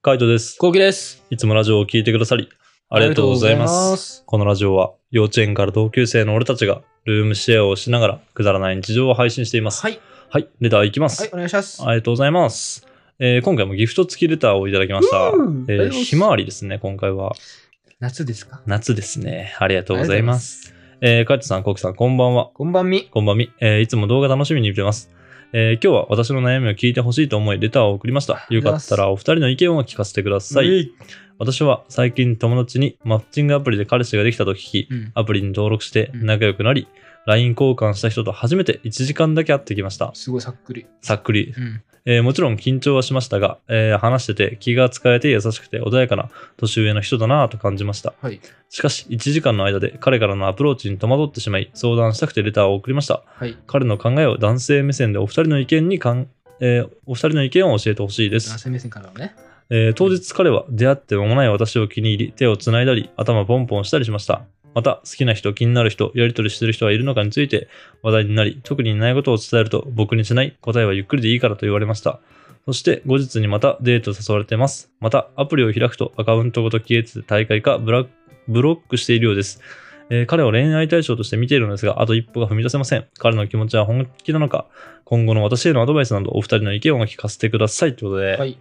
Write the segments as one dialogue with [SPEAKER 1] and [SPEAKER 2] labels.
[SPEAKER 1] カイトです。
[SPEAKER 2] こうきです。
[SPEAKER 1] いつもラジオを聞いてくださり、ありがとうございます。
[SPEAKER 2] す。
[SPEAKER 1] このラジオは、幼稚園から同級生の俺たちが、ルームシェアをしながら、くだらない日常を配信しています。
[SPEAKER 2] はい。
[SPEAKER 1] はい、レターいきます、
[SPEAKER 2] はい、お願いします。
[SPEAKER 1] ありがとうございます。えー今回もギフト付きレターをいただきました。
[SPEAKER 2] うん
[SPEAKER 1] え
[SPEAKER 2] ありがとうござい
[SPEAKER 1] ー、
[SPEAKER 2] ます
[SPEAKER 1] ひまわりですね、今回は。
[SPEAKER 2] 夏ですか
[SPEAKER 1] 夏ですね。ありがとうございます。
[SPEAKER 2] ありがとうございます。
[SPEAKER 1] えー、カイトさん、コウキさん、こんばんは。
[SPEAKER 2] こんばんみ。
[SPEAKER 1] こんばんみ。えーいつも動画楽しみに見てます。えー今日は私の悩みを聞いてほしいと思い、レターを送りました。よかったらお二人の意見を聞かせてください。
[SPEAKER 2] い。
[SPEAKER 1] 私は最近友達にマッチングアプリで彼氏ができたと聞き、
[SPEAKER 2] うん。
[SPEAKER 1] アプリに登録して
[SPEAKER 2] うん
[SPEAKER 1] 仲良くなり、LINE 交換した人と初めて1時間だけ会ってきました。
[SPEAKER 2] すごいさっくり。
[SPEAKER 1] さっくり。
[SPEAKER 2] うん。
[SPEAKER 1] えーもちろん緊張はしましたが、えー話してて気が使えて優しくて穏やかな年上の人だなぁと感じました。
[SPEAKER 2] はい。
[SPEAKER 1] しかし1時間の間で彼からのアプローチに戸惑ってしまい、相談したくてレターを送りました。
[SPEAKER 2] はい。
[SPEAKER 1] 彼の考えを男性目線でお二人の意見にかん、えーお二人の意見を教えてほしいで
[SPEAKER 2] 男
[SPEAKER 1] す、
[SPEAKER 2] 性目線からはね。
[SPEAKER 1] えー当日彼は出会って間もない私を気に入り手をつないだり頭ポンポンしたりしましたまた好きな人気になる人やり取りしてる人はいるのかについて話題になり特にないことを伝えると僕にしない答えはゆっくりでいいからと言われましたそして後日にまたデートを誘われてますまたアプリを開くとアカウントごと消えてて大会かブラブロックしているようですえー彼を恋愛対象として見ているのですが、あと一歩が踏み出せません。彼の気持ちは本気なのか、今後の私へのアドバイスなど、お二人の意見を聞かせてください。ということで、
[SPEAKER 2] はい。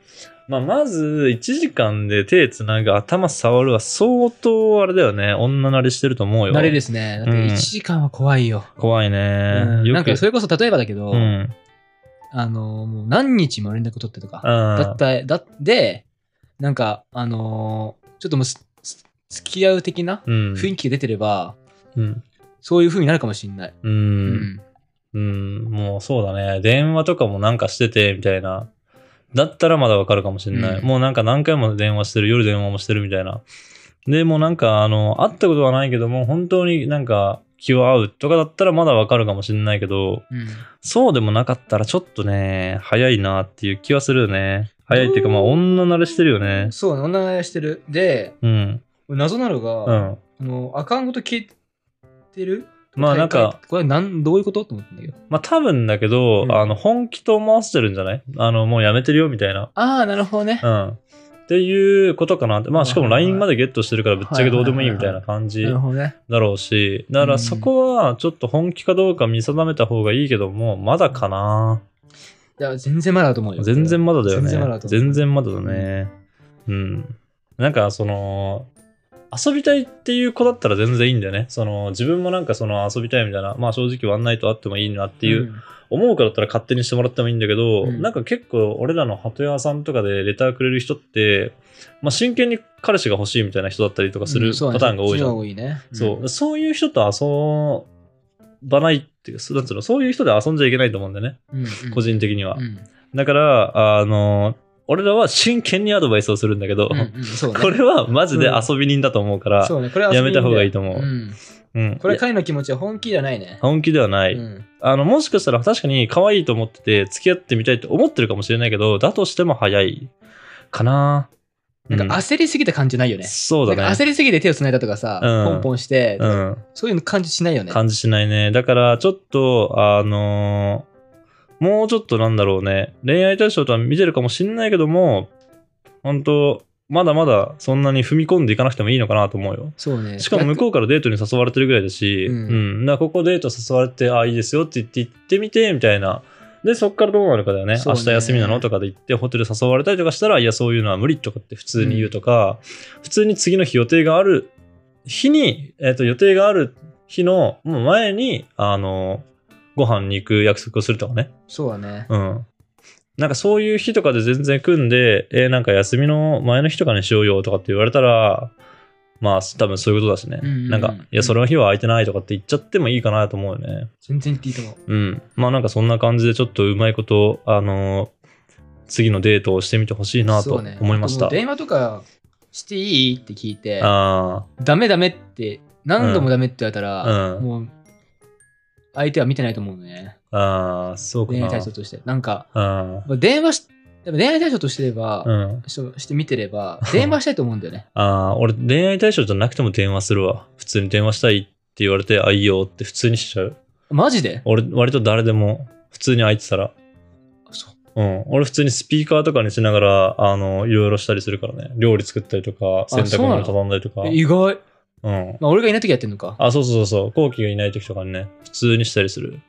[SPEAKER 1] まあ、まず、1時間で手つなぐ、頭触るは相当、あれだよね、女慣れしてると思うよ。
[SPEAKER 2] 慣れですね。だって
[SPEAKER 1] うん
[SPEAKER 2] 1時間は怖いよ。
[SPEAKER 1] 怖いね。
[SPEAKER 2] うんなんかそ
[SPEAKER 1] れ
[SPEAKER 2] れこそ例えばだけど
[SPEAKER 1] う、ん。
[SPEAKER 2] あの、もう何日も連絡取ってとか。だ
[SPEAKER 1] だ
[SPEAKER 2] った、だって、なんか、あのー、ちょっともうす、す付き合う的な
[SPEAKER 1] うん。
[SPEAKER 2] 雰囲気が出てれば、
[SPEAKER 1] うん。
[SPEAKER 2] そういう風になるかもしれない。
[SPEAKER 1] う。。
[SPEAKER 2] うん
[SPEAKER 1] うん。もうそうだね。電話とかもなんかしてて、みたいな。だったらまだわかるかもしれない、
[SPEAKER 2] うん
[SPEAKER 1] もうなんか何回も電話してる、夜電話もしてるみたいな。で、もうなんか、あの、会ったことはないけども、本当になんか気は合うとかだったらまだわかるかもしれないけど、
[SPEAKER 2] うん。
[SPEAKER 1] そうでもなかったらちょっとね、早いなっていう気はするよね。早いっていうか、まあ女慣れしてるよね。
[SPEAKER 2] そうね、女慣れしてる。で、
[SPEAKER 1] うん。
[SPEAKER 2] 謎なのが、
[SPEAKER 1] うん。
[SPEAKER 2] あの、アカウント消えてる
[SPEAKER 1] まあなんか、
[SPEAKER 2] これなん、どういうことと思ったんだけど。
[SPEAKER 1] まあ多分だけど、
[SPEAKER 2] うん
[SPEAKER 1] あの、本気と思わせてるんじゃないあの、もうやめてるよみたいな。
[SPEAKER 2] ああ、なるほどね
[SPEAKER 1] う。ん。っていうことかなって。まあ、しかも
[SPEAKER 2] はいはいはい
[SPEAKER 1] LINE までゲットしてるからぶっちゃけどうでもいいみたいな感じ
[SPEAKER 2] なるほどね。
[SPEAKER 1] だろうし、だからそこはちょっと本気かどうか見定めた方がいいけども、まだかな。
[SPEAKER 2] いや、全然まだだと思うよ。
[SPEAKER 1] 全然まだだよね。
[SPEAKER 2] 全然まだだと思う
[SPEAKER 1] 全然まだだね。うん。なんかその、遊びたいっていう子だったら全然いいんだよね。その自分もなんかその遊びたいみたいな、まあ正直ワンナイトあってもいいなっていうう、思うからだったら勝手にしてもらってもいいんだけど、
[SPEAKER 2] うん
[SPEAKER 1] なんか結構俺らの鳩屋さんとかでレターくれる人って、まあ、真剣に彼氏が欲しいみたいな人だったりとかするパターンが多いじゃん、
[SPEAKER 2] そうねそっちの方が多いね。
[SPEAKER 1] そうそういう人と遊ばないっていうかそうなんつうのそういう人で遊んじゃいけないと思うんだよね、
[SPEAKER 2] うん。
[SPEAKER 1] 個
[SPEAKER 2] 人
[SPEAKER 1] 人的には、
[SPEAKER 2] うん。
[SPEAKER 1] だからあの俺らは真剣にアドバイスをするんだけど、
[SPEAKER 2] うんうんそうね。
[SPEAKER 1] これはマジで遊び人だと思うから、
[SPEAKER 2] そうね。これは
[SPEAKER 1] やめた方がいいと思う
[SPEAKER 2] うん
[SPEAKER 1] うん
[SPEAKER 2] これ
[SPEAKER 1] い
[SPEAKER 2] は
[SPEAKER 1] や
[SPEAKER 2] 彼の気持ちは本気じゃないね。
[SPEAKER 1] 本気ではない、
[SPEAKER 2] うん
[SPEAKER 1] あの、もしかしたら確かに可愛いと思ってて、付き合ってみたいと思ってるかもしれないけど、だとしても早いかな。
[SPEAKER 2] なんか
[SPEAKER 1] う
[SPEAKER 2] 焦りすぎた感じないよね。
[SPEAKER 1] そうだね。
[SPEAKER 2] なんか焦りすぎて手をつないだとかさ、
[SPEAKER 1] うん
[SPEAKER 2] ポンポンして、
[SPEAKER 1] うん。
[SPEAKER 2] そういうの感じしないよね。
[SPEAKER 1] 感じしないね。だから、ちょっと、あのーもうちょっとなんだろうね。恋愛対象とは見てるかもしれないけども、本当まだまだそんなに踏み込んでいかなくてもいいのかなと思うよ。
[SPEAKER 2] そうね。
[SPEAKER 1] しかも向こうからデートに誘われてるぐらいだし、う
[SPEAKER 2] うんん
[SPEAKER 1] だからここデート誘われて、あ、いいですよって言って行ってみて、みたいな。で、そっからどうなるかだよね。
[SPEAKER 2] そう
[SPEAKER 1] 明
[SPEAKER 2] ね
[SPEAKER 1] 日休みなのとかで行って、ホテル誘われたりとかしたら、いや、そういうのは無理とかって普通に言うとか、普通に次の日予定がある日に、えっ、と、予定がある日のもう前に、あの、ご飯に行く約束をするとかね。
[SPEAKER 2] そうだね。
[SPEAKER 1] うん。なんかそういう日とかで全然組んで、えーなんか休みの前の日とかにしようよとかって言われたら、まあ多分そういうことだしね。
[SPEAKER 2] うんうんうん
[SPEAKER 1] なんか、いや、その日は空いてないとかって言っちゃってもいいかなと思うよね。
[SPEAKER 2] 全然いいと思
[SPEAKER 1] う
[SPEAKER 2] う。
[SPEAKER 1] ん。まあなんかそんな感じでちょっとうまいこと、あのー次のデートをしてみてほしいなと
[SPEAKER 2] そうね
[SPEAKER 1] 思いまし
[SPEAKER 2] あ
[SPEAKER 1] た。
[SPEAKER 2] ともう電話とかしていいって聞いて、
[SPEAKER 1] あ
[SPEAKER 2] ダメダメって、何度もダメって言われたら、
[SPEAKER 1] うん
[SPEAKER 2] もう、相手は見てないと思うのね。
[SPEAKER 1] あ、ああ、そうか
[SPEAKER 2] 恋
[SPEAKER 1] な。
[SPEAKER 2] 愛対象として。なんか、
[SPEAKER 1] あ
[SPEAKER 2] 電話し、でも恋愛対象としてれば
[SPEAKER 1] あ、、うん。
[SPEAKER 2] しして見て れば、電話したいと思うんだよね。
[SPEAKER 1] ああ、俺恋愛対象じゃなくても電話するわ。普通に電話したいって言われて、あ、いいよって普通にしちゃう。
[SPEAKER 2] マジで
[SPEAKER 1] 俺割と誰でも普通に空いてたら
[SPEAKER 2] そう
[SPEAKER 1] うん。俺普通にスピーカーとかにしながら、あの、いろいろしたりするからね。料理作ったりとか、洗濯
[SPEAKER 2] そうな
[SPEAKER 1] 物
[SPEAKER 2] の
[SPEAKER 1] 畳んだりとか。
[SPEAKER 2] え意外。
[SPEAKER 1] うん。
[SPEAKER 2] まあ、俺がいない時やってんのか。
[SPEAKER 1] あ、そうそうそうそう。後期がいない時とかにね、普通にしたりする。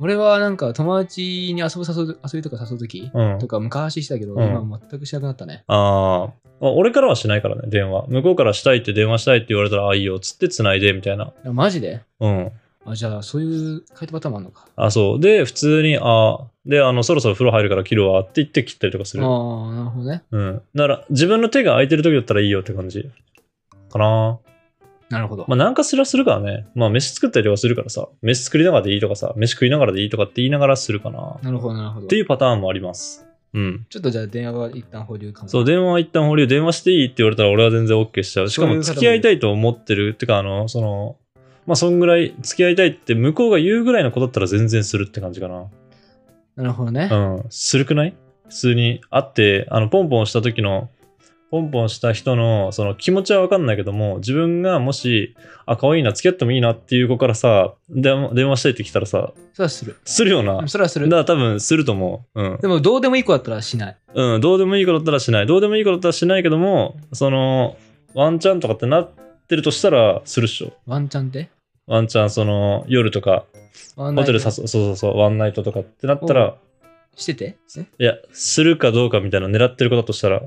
[SPEAKER 2] 俺はなんか友達に遊ぶ誘う遊びとか誘う時
[SPEAKER 1] うん。
[SPEAKER 2] とか昔したけど、
[SPEAKER 1] うん
[SPEAKER 2] 今全くしなくなったね。
[SPEAKER 1] あーあ。俺からはしないからね、電話。向こうからしたいって電話したいって言われたら、ああ、いいよ、つって繋いで、みたいな。
[SPEAKER 2] あマジで
[SPEAKER 1] うん。
[SPEAKER 2] あじゃあ、そういう書いてパターンもあるのか。
[SPEAKER 1] あ、そう。で、普通に、あで、あの、そろそろ風呂入るから切るわって言って切ったりとかする。
[SPEAKER 2] ああ、なるほどね。
[SPEAKER 1] うん。なら、自分の手が空いてる時だったらいいよって感じ。かな
[SPEAKER 2] なるほど。
[SPEAKER 1] まあ、何かすらするからね。まあ、飯作ったりとかするからさ、飯作りながらでいいとかさ、飯食いながらでいいとかって言いながらするかな。っ
[SPEAKER 2] なるほど、なるほど。
[SPEAKER 1] て
[SPEAKER 2] ち
[SPEAKER 1] いうパターンもあります。うん。
[SPEAKER 2] ょっとじゃあ、電話は一旦保留かも。
[SPEAKER 1] そう、電話は一旦保留、電話していいって言われたら俺は全然 OK しちゃう。しか
[SPEAKER 2] そう
[SPEAKER 1] も
[SPEAKER 2] いう方もいる
[SPEAKER 1] 付き合いたいと思ってる。ってか、あの、その、まあ、そんぐらい付き合いたいって向こうが言うぐらいの子だったら全然するって感じかな。
[SPEAKER 2] なるほどね。
[SPEAKER 1] うん、するくない普通に会ってあのポンポンした時のポンポンした人のその気持ちは分かんないけども自分がもしあ可愛いな付き合ってもいいなっていう子からさ電話電話したいって来たらさ
[SPEAKER 2] それはする。
[SPEAKER 1] するよな
[SPEAKER 2] それはす
[SPEAKER 1] だ
[SPEAKER 2] る
[SPEAKER 1] か。ら多分すると思う、うん
[SPEAKER 2] でも、どうでもいい子だったらしない。
[SPEAKER 1] うん、どうでもいい子だったらしないどうでもいい子だったらしないけどもそのワンチャンとかってなってるとしたらするっしょ
[SPEAKER 2] ワンチャンで
[SPEAKER 1] ワンチャンその夜とか
[SPEAKER 2] ワンナ
[SPEAKER 1] ホ
[SPEAKER 2] イ
[SPEAKER 1] テル
[SPEAKER 2] ト
[SPEAKER 1] 誘うそうそうそうワンナイトとかってなったら
[SPEAKER 2] しててえ
[SPEAKER 1] いやするかどうかみたいな狙ってる子だとしたら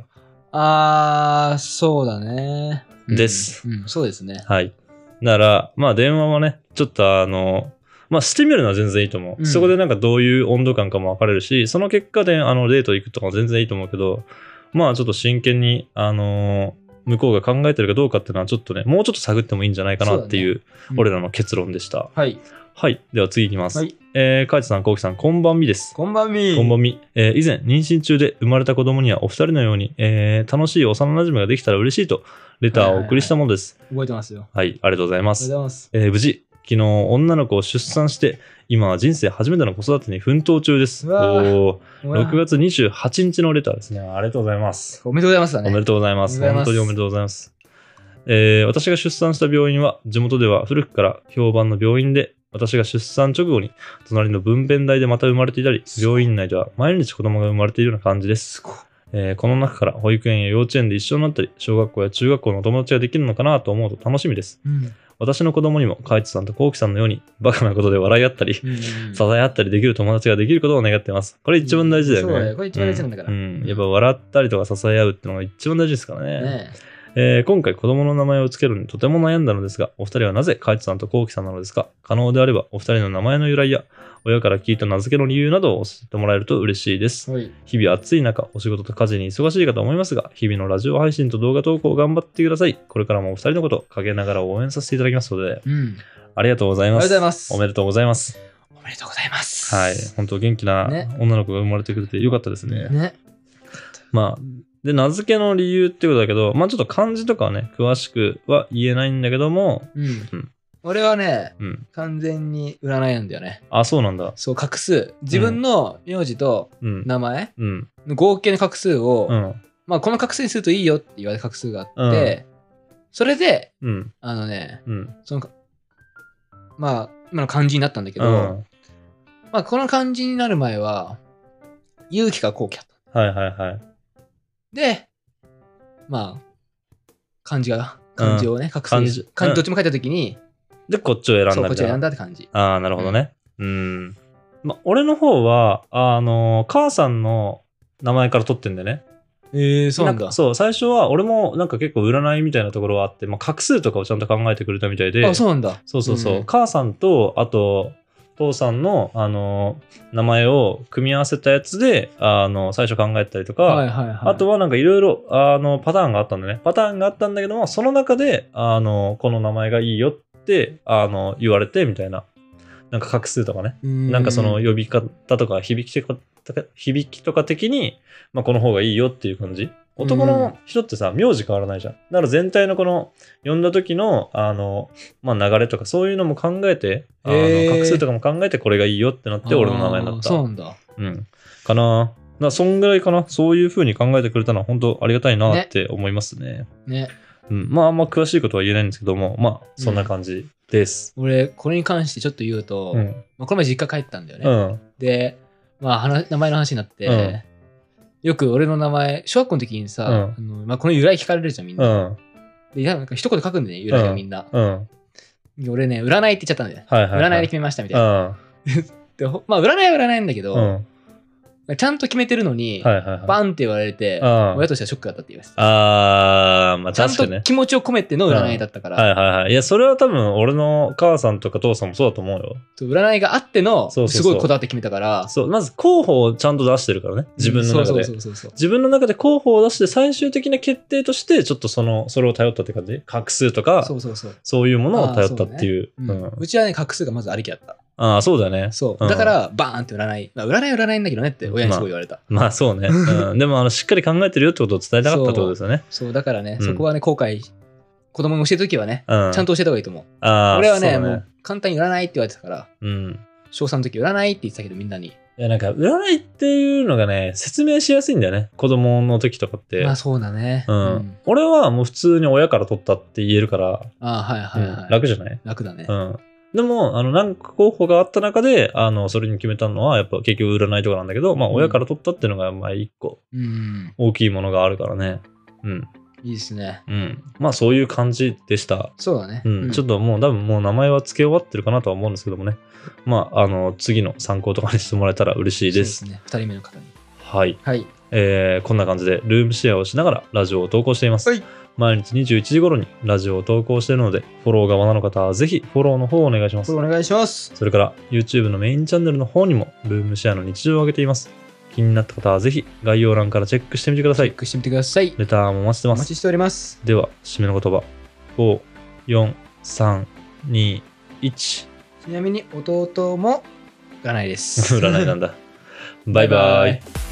[SPEAKER 2] あー、そうだね。うん
[SPEAKER 1] です。
[SPEAKER 2] うん、そうですね。
[SPEAKER 1] はい。なら、まあ電話はね、ちょっとあの、まあしてみるのは全然いいと思う。
[SPEAKER 2] うん
[SPEAKER 1] そこでなんかどういう温度感かも分かれるし、その結果であのデート行くとかも全然いいと思うけど、まあちょっと真剣に、あの向こうが考えてるかどうかっていうのはちょっとね、もうちょっと探ってもいいんじゃないかなっていう、
[SPEAKER 2] うん
[SPEAKER 1] 俺らの結論でした。
[SPEAKER 2] はい。
[SPEAKER 1] はい。では次いきます。
[SPEAKER 2] はい。
[SPEAKER 1] えー、カイトさん、コウキさん、こんばんみです。
[SPEAKER 2] こんばんみ
[SPEAKER 1] こんばんみ、えー以前妊娠中で生まれた子供にはお二人のように、えー楽しい幼馴染ができたら嬉しいとレターをお送りしたものです。
[SPEAKER 2] 覚えてますよ。
[SPEAKER 1] はい、ありがとうございま
[SPEAKER 2] あり
[SPEAKER 1] す
[SPEAKER 2] がとう。ございます。
[SPEAKER 1] えー無事昨日女の子を出産して今は人生初めての子育てに奮闘中です
[SPEAKER 2] うわー
[SPEAKER 1] おー
[SPEAKER 2] うわ
[SPEAKER 1] 6月28日のレターですねありがとうございます
[SPEAKER 2] おめでとうございますだ
[SPEAKER 1] お
[SPEAKER 2] ね。
[SPEAKER 1] めでとうございます
[SPEAKER 2] おめでとう
[SPEAKER 1] 本当におめ
[SPEAKER 2] ございます
[SPEAKER 1] でとうございます、えー私が出産した病院は地元では古くから評判の病院で私が出産直後に隣の分娩台でまた生まれていたり病院内では毎日子供が生まれているような感じです
[SPEAKER 2] すごい。
[SPEAKER 1] えーこの中から保育園や幼稚園で一緒になったり小学校や中学校のお友達ができるのかなと思うと楽しみです
[SPEAKER 2] うん。
[SPEAKER 1] 私の子供にもカイトさんとコウキさんのようにバカなことで笑い合ったり、支
[SPEAKER 2] うん
[SPEAKER 1] え合ったりできる友達ができることを願ってます。これ一番大事だよね。
[SPEAKER 2] そうだよこれ一番大事なんだから
[SPEAKER 1] うんうんやっぱ笑ったりとか支え合うってのが一番大事ですからね。
[SPEAKER 2] ね
[SPEAKER 1] えー今回子供の名前を付けるのにとても悩んだのですが、お二人はなぜカイトさんとコウキさんなのですか可能であればお二人の名前の由来や親から聞いた名付けの理由などを教えてもらえると嬉しいです。
[SPEAKER 2] え。はい。
[SPEAKER 1] 日々暑い中、お仕事と家事に忙しいかと思いますが、日々のラジオ配信と動画投稿を頑張ってください。これからもお二人のこと、陰ながら応援させていただきますので、
[SPEAKER 2] うん。
[SPEAKER 1] ありがとうございます。
[SPEAKER 2] ありがとうございます
[SPEAKER 1] おめでとうございます。
[SPEAKER 2] おめでとうございます。
[SPEAKER 1] はい。本当元気な
[SPEAKER 2] ね
[SPEAKER 1] 女の子が生まれてくれてよかったですね。
[SPEAKER 2] ね。
[SPEAKER 1] まあ、で、名付けの理由ってことだけど、まあちょっと漢字とかはね、詳しくは言えないんだけども、
[SPEAKER 2] うん
[SPEAKER 1] うん。
[SPEAKER 2] 俺はね、
[SPEAKER 1] うん。
[SPEAKER 2] 完全に占いなんだよね。
[SPEAKER 1] あ、そうなんだ。
[SPEAKER 2] そう、画数。自分の名字と
[SPEAKER 1] うん。
[SPEAKER 2] 名前
[SPEAKER 1] うん。
[SPEAKER 2] の合計の画数を、
[SPEAKER 1] うん。
[SPEAKER 2] まあ、この画数にするといいよって言われた画数があって、それで、
[SPEAKER 1] うん。
[SPEAKER 2] あのね、
[SPEAKER 1] うん。
[SPEAKER 2] その、まあ、今の漢字になったんだけ
[SPEAKER 1] う
[SPEAKER 2] ど、
[SPEAKER 1] ん。
[SPEAKER 2] まあ、この漢字になる前は、勇気か後期だった。
[SPEAKER 1] はいはいはい。
[SPEAKER 2] で、まあ、漢字が、漢字をね、画数
[SPEAKER 1] 漢
[SPEAKER 2] に
[SPEAKER 1] 字
[SPEAKER 2] 漢
[SPEAKER 1] うん
[SPEAKER 2] 字どっちも書いたときに、
[SPEAKER 1] で、こっちを選んだ
[SPEAKER 2] そう、こ
[SPEAKER 1] み
[SPEAKER 2] っち
[SPEAKER 1] た
[SPEAKER 2] を
[SPEAKER 1] いな
[SPEAKER 2] 選んだって感じ。
[SPEAKER 1] ああ、なるほどね。うん。まあ、俺の方は、あの、母さんの名前から取ってんだよね。
[SPEAKER 2] ええそうなんだ。
[SPEAKER 1] かそう、最初は俺もなんか結構占いみたいなところはあって、まあ、画数とかをちゃんと考えてくれたみたいで、
[SPEAKER 2] あ、そうなんだ。
[SPEAKER 1] そうそうそう、
[SPEAKER 2] うん
[SPEAKER 1] 母さんと、あと、父さんの、あの、名前を組み合わせたやつで、あの、最初考えたりとか、
[SPEAKER 2] はいはいはい。
[SPEAKER 1] あとはなんかいろいろ、あの、パターンがあったんだね。パターンがあったんだけども、その中で、あの、この名前がいいよって、あの、言われて、みたいな。なんか画数とかね。
[SPEAKER 2] う、
[SPEAKER 1] なんかその呼び方とか響きとか、響きとか的に、まあ、この方がいいよっていう感じ。男の人ってさ、名字変わらないじゃん。だから全体のこの、呼んだ時の、あの、まあ、流れとか、そういうのも考えて、あ
[SPEAKER 2] へ
[SPEAKER 1] の、
[SPEAKER 2] ー
[SPEAKER 1] 画数とかも考えて、これがいいよってなって、俺の名前にな
[SPEAKER 2] あ
[SPEAKER 1] っ
[SPEAKER 2] ー
[SPEAKER 1] た。
[SPEAKER 2] そうなんだ。
[SPEAKER 1] うん。かな。なそんぐらいかな。そういう風に考えてくれたのは本当ありがたいなって思いますね。
[SPEAKER 2] ね。
[SPEAKER 1] うん。まあ、あんま詳しいことは言えないんですけども、まあ、そんな感じです。
[SPEAKER 2] 俺、これに関してちょっと言うと、
[SPEAKER 1] うん。
[SPEAKER 2] まあ、この前実家帰ったんだよね。
[SPEAKER 1] うん。
[SPEAKER 2] で、まあ、話名前の話になって、
[SPEAKER 1] うん
[SPEAKER 2] よく俺の名前、小学校の時にさ、あのまあ、この由来聞かれるじゃん、みん
[SPEAKER 1] う
[SPEAKER 2] な。
[SPEAKER 1] ん。
[SPEAKER 2] で、なんか一言書くんだよね、由来をみんな。
[SPEAKER 1] うん。
[SPEAKER 2] で俺ね、占いって言っちゃったんだよ。
[SPEAKER 1] はいはい、はい。
[SPEAKER 2] 占いで決めましたみたいな。でほまあ、占いは占いんだけ
[SPEAKER 1] うん。
[SPEAKER 2] ど、ちゃんと決めてるのに、
[SPEAKER 1] はいはいはい。
[SPEAKER 2] バンって言われて、
[SPEAKER 1] うん
[SPEAKER 2] 親としてはショックだったって言います。
[SPEAKER 1] あー、まあ
[SPEAKER 2] ちゃん
[SPEAKER 1] 確かに
[SPEAKER 2] と
[SPEAKER 1] ね。
[SPEAKER 2] 気持ちを込めての占いだったから、
[SPEAKER 1] はいはいはい。いや、それは多分俺の母さんとか父さんもそうだと思うよ。
[SPEAKER 2] と占いがあっての、
[SPEAKER 1] そうそうそう
[SPEAKER 2] すごいこだわって決めたから、
[SPEAKER 1] そう、まず候補をちゃんと出してるからね。自分の中
[SPEAKER 2] うん
[SPEAKER 1] で
[SPEAKER 2] そ。うそうそうそう
[SPEAKER 1] 自分の中で候補を出して最終的な決定として、ちょっとその、それを頼ったって感じ画数とか、
[SPEAKER 2] そ
[SPEAKER 1] そう
[SPEAKER 2] うそうそう。
[SPEAKER 1] そういうものを頼ったっていう。
[SPEAKER 2] う
[SPEAKER 1] うんん。
[SPEAKER 2] うちはね、画数がまずありきだった。
[SPEAKER 1] ああ、そうだね。
[SPEAKER 2] そう。
[SPEAKER 1] うん
[SPEAKER 2] だから、バーンって占い。まあ、占いは占いんだけどねって親にすごい言われた。
[SPEAKER 1] まあ そうね。うん、でもあの、しっかり考えてるよってことを伝えたかったってことですよね。
[SPEAKER 2] そう、だからね、
[SPEAKER 1] うん
[SPEAKER 2] そこはね、後悔、子供に教えるときはね、
[SPEAKER 1] うん。
[SPEAKER 2] ちゃん
[SPEAKER 1] と。
[SPEAKER 2] と教えた方がいいと思う。
[SPEAKER 1] ああ、
[SPEAKER 2] 俺はね、
[SPEAKER 1] そう
[SPEAKER 2] もう、簡単に占いって言われてたから、
[SPEAKER 1] うん。
[SPEAKER 2] 小3の時占いって言ってたけど、みんなに。
[SPEAKER 1] いや、なんか、占いっていうのがね、説明しやすいんだよね。子供の時とかって。
[SPEAKER 2] まあ、そうだね。
[SPEAKER 1] うん。俺はもう普通に親から取ったって言えるから、
[SPEAKER 2] ああ、はいはいはい。
[SPEAKER 1] うん楽じゃない
[SPEAKER 2] 楽だね
[SPEAKER 1] う。ん。でも、あの、何個候補があった中で、あの、それに決めたのは、やっぱ結局占いとかなんだけど、まあ、
[SPEAKER 2] うん
[SPEAKER 1] 親から取ったっていうのが、まあ、一個
[SPEAKER 2] うん。
[SPEAKER 1] 大きいものがあるからね。うん。
[SPEAKER 2] いいですね。
[SPEAKER 1] うん。まあ、そういう感じでした。
[SPEAKER 2] そうだね。
[SPEAKER 1] うん。ちょっともう、多分もう名前は付け終わってるかなとは思うんですけどもね。まあ、あの、次の参考とかにしてもらえたら嬉しいです。
[SPEAKER 2] そうね。2人目の方に。
[SPEAKER 1] はい。
[SPEAKER 2] はい。
[SPEAKER 1] えーこんな感じでルームシェアをしながらラジオを投稿しています。
[SPEAKER 2] はい
[SPEAKER 1] 毎日21時頃にラジオを投稿しているので、フォローがまだの方はぜひフォローの方をお願いします
[SPEAKER 2] こ。れお願いします。
[SPEAKER 1] それから YouTube のメインチャンネルの方にもルームシェアの日常を上げています。気になった方はぜひ概要欄からチェックしてみてくださ
[SPEAKER 2] チェ
[SPEAKER 1] い
[SPEAKER 2] ッ。クしてみてください。
[SPEAKER 1] レターもお待ちして
[SPEAKER 2] お
[SPEAKER 1] ま
[SPEAKER 2] 待
[SPEAKER 1] す。
[SPEAKER 2] ちしております。
[SPEAKER 1] では、締めの言葉。5、4、3、2、1。
[SPEAKER 2] ちなみに弟も占いで す。
[SPEAKER 1] 占いなんだ。バイバイ。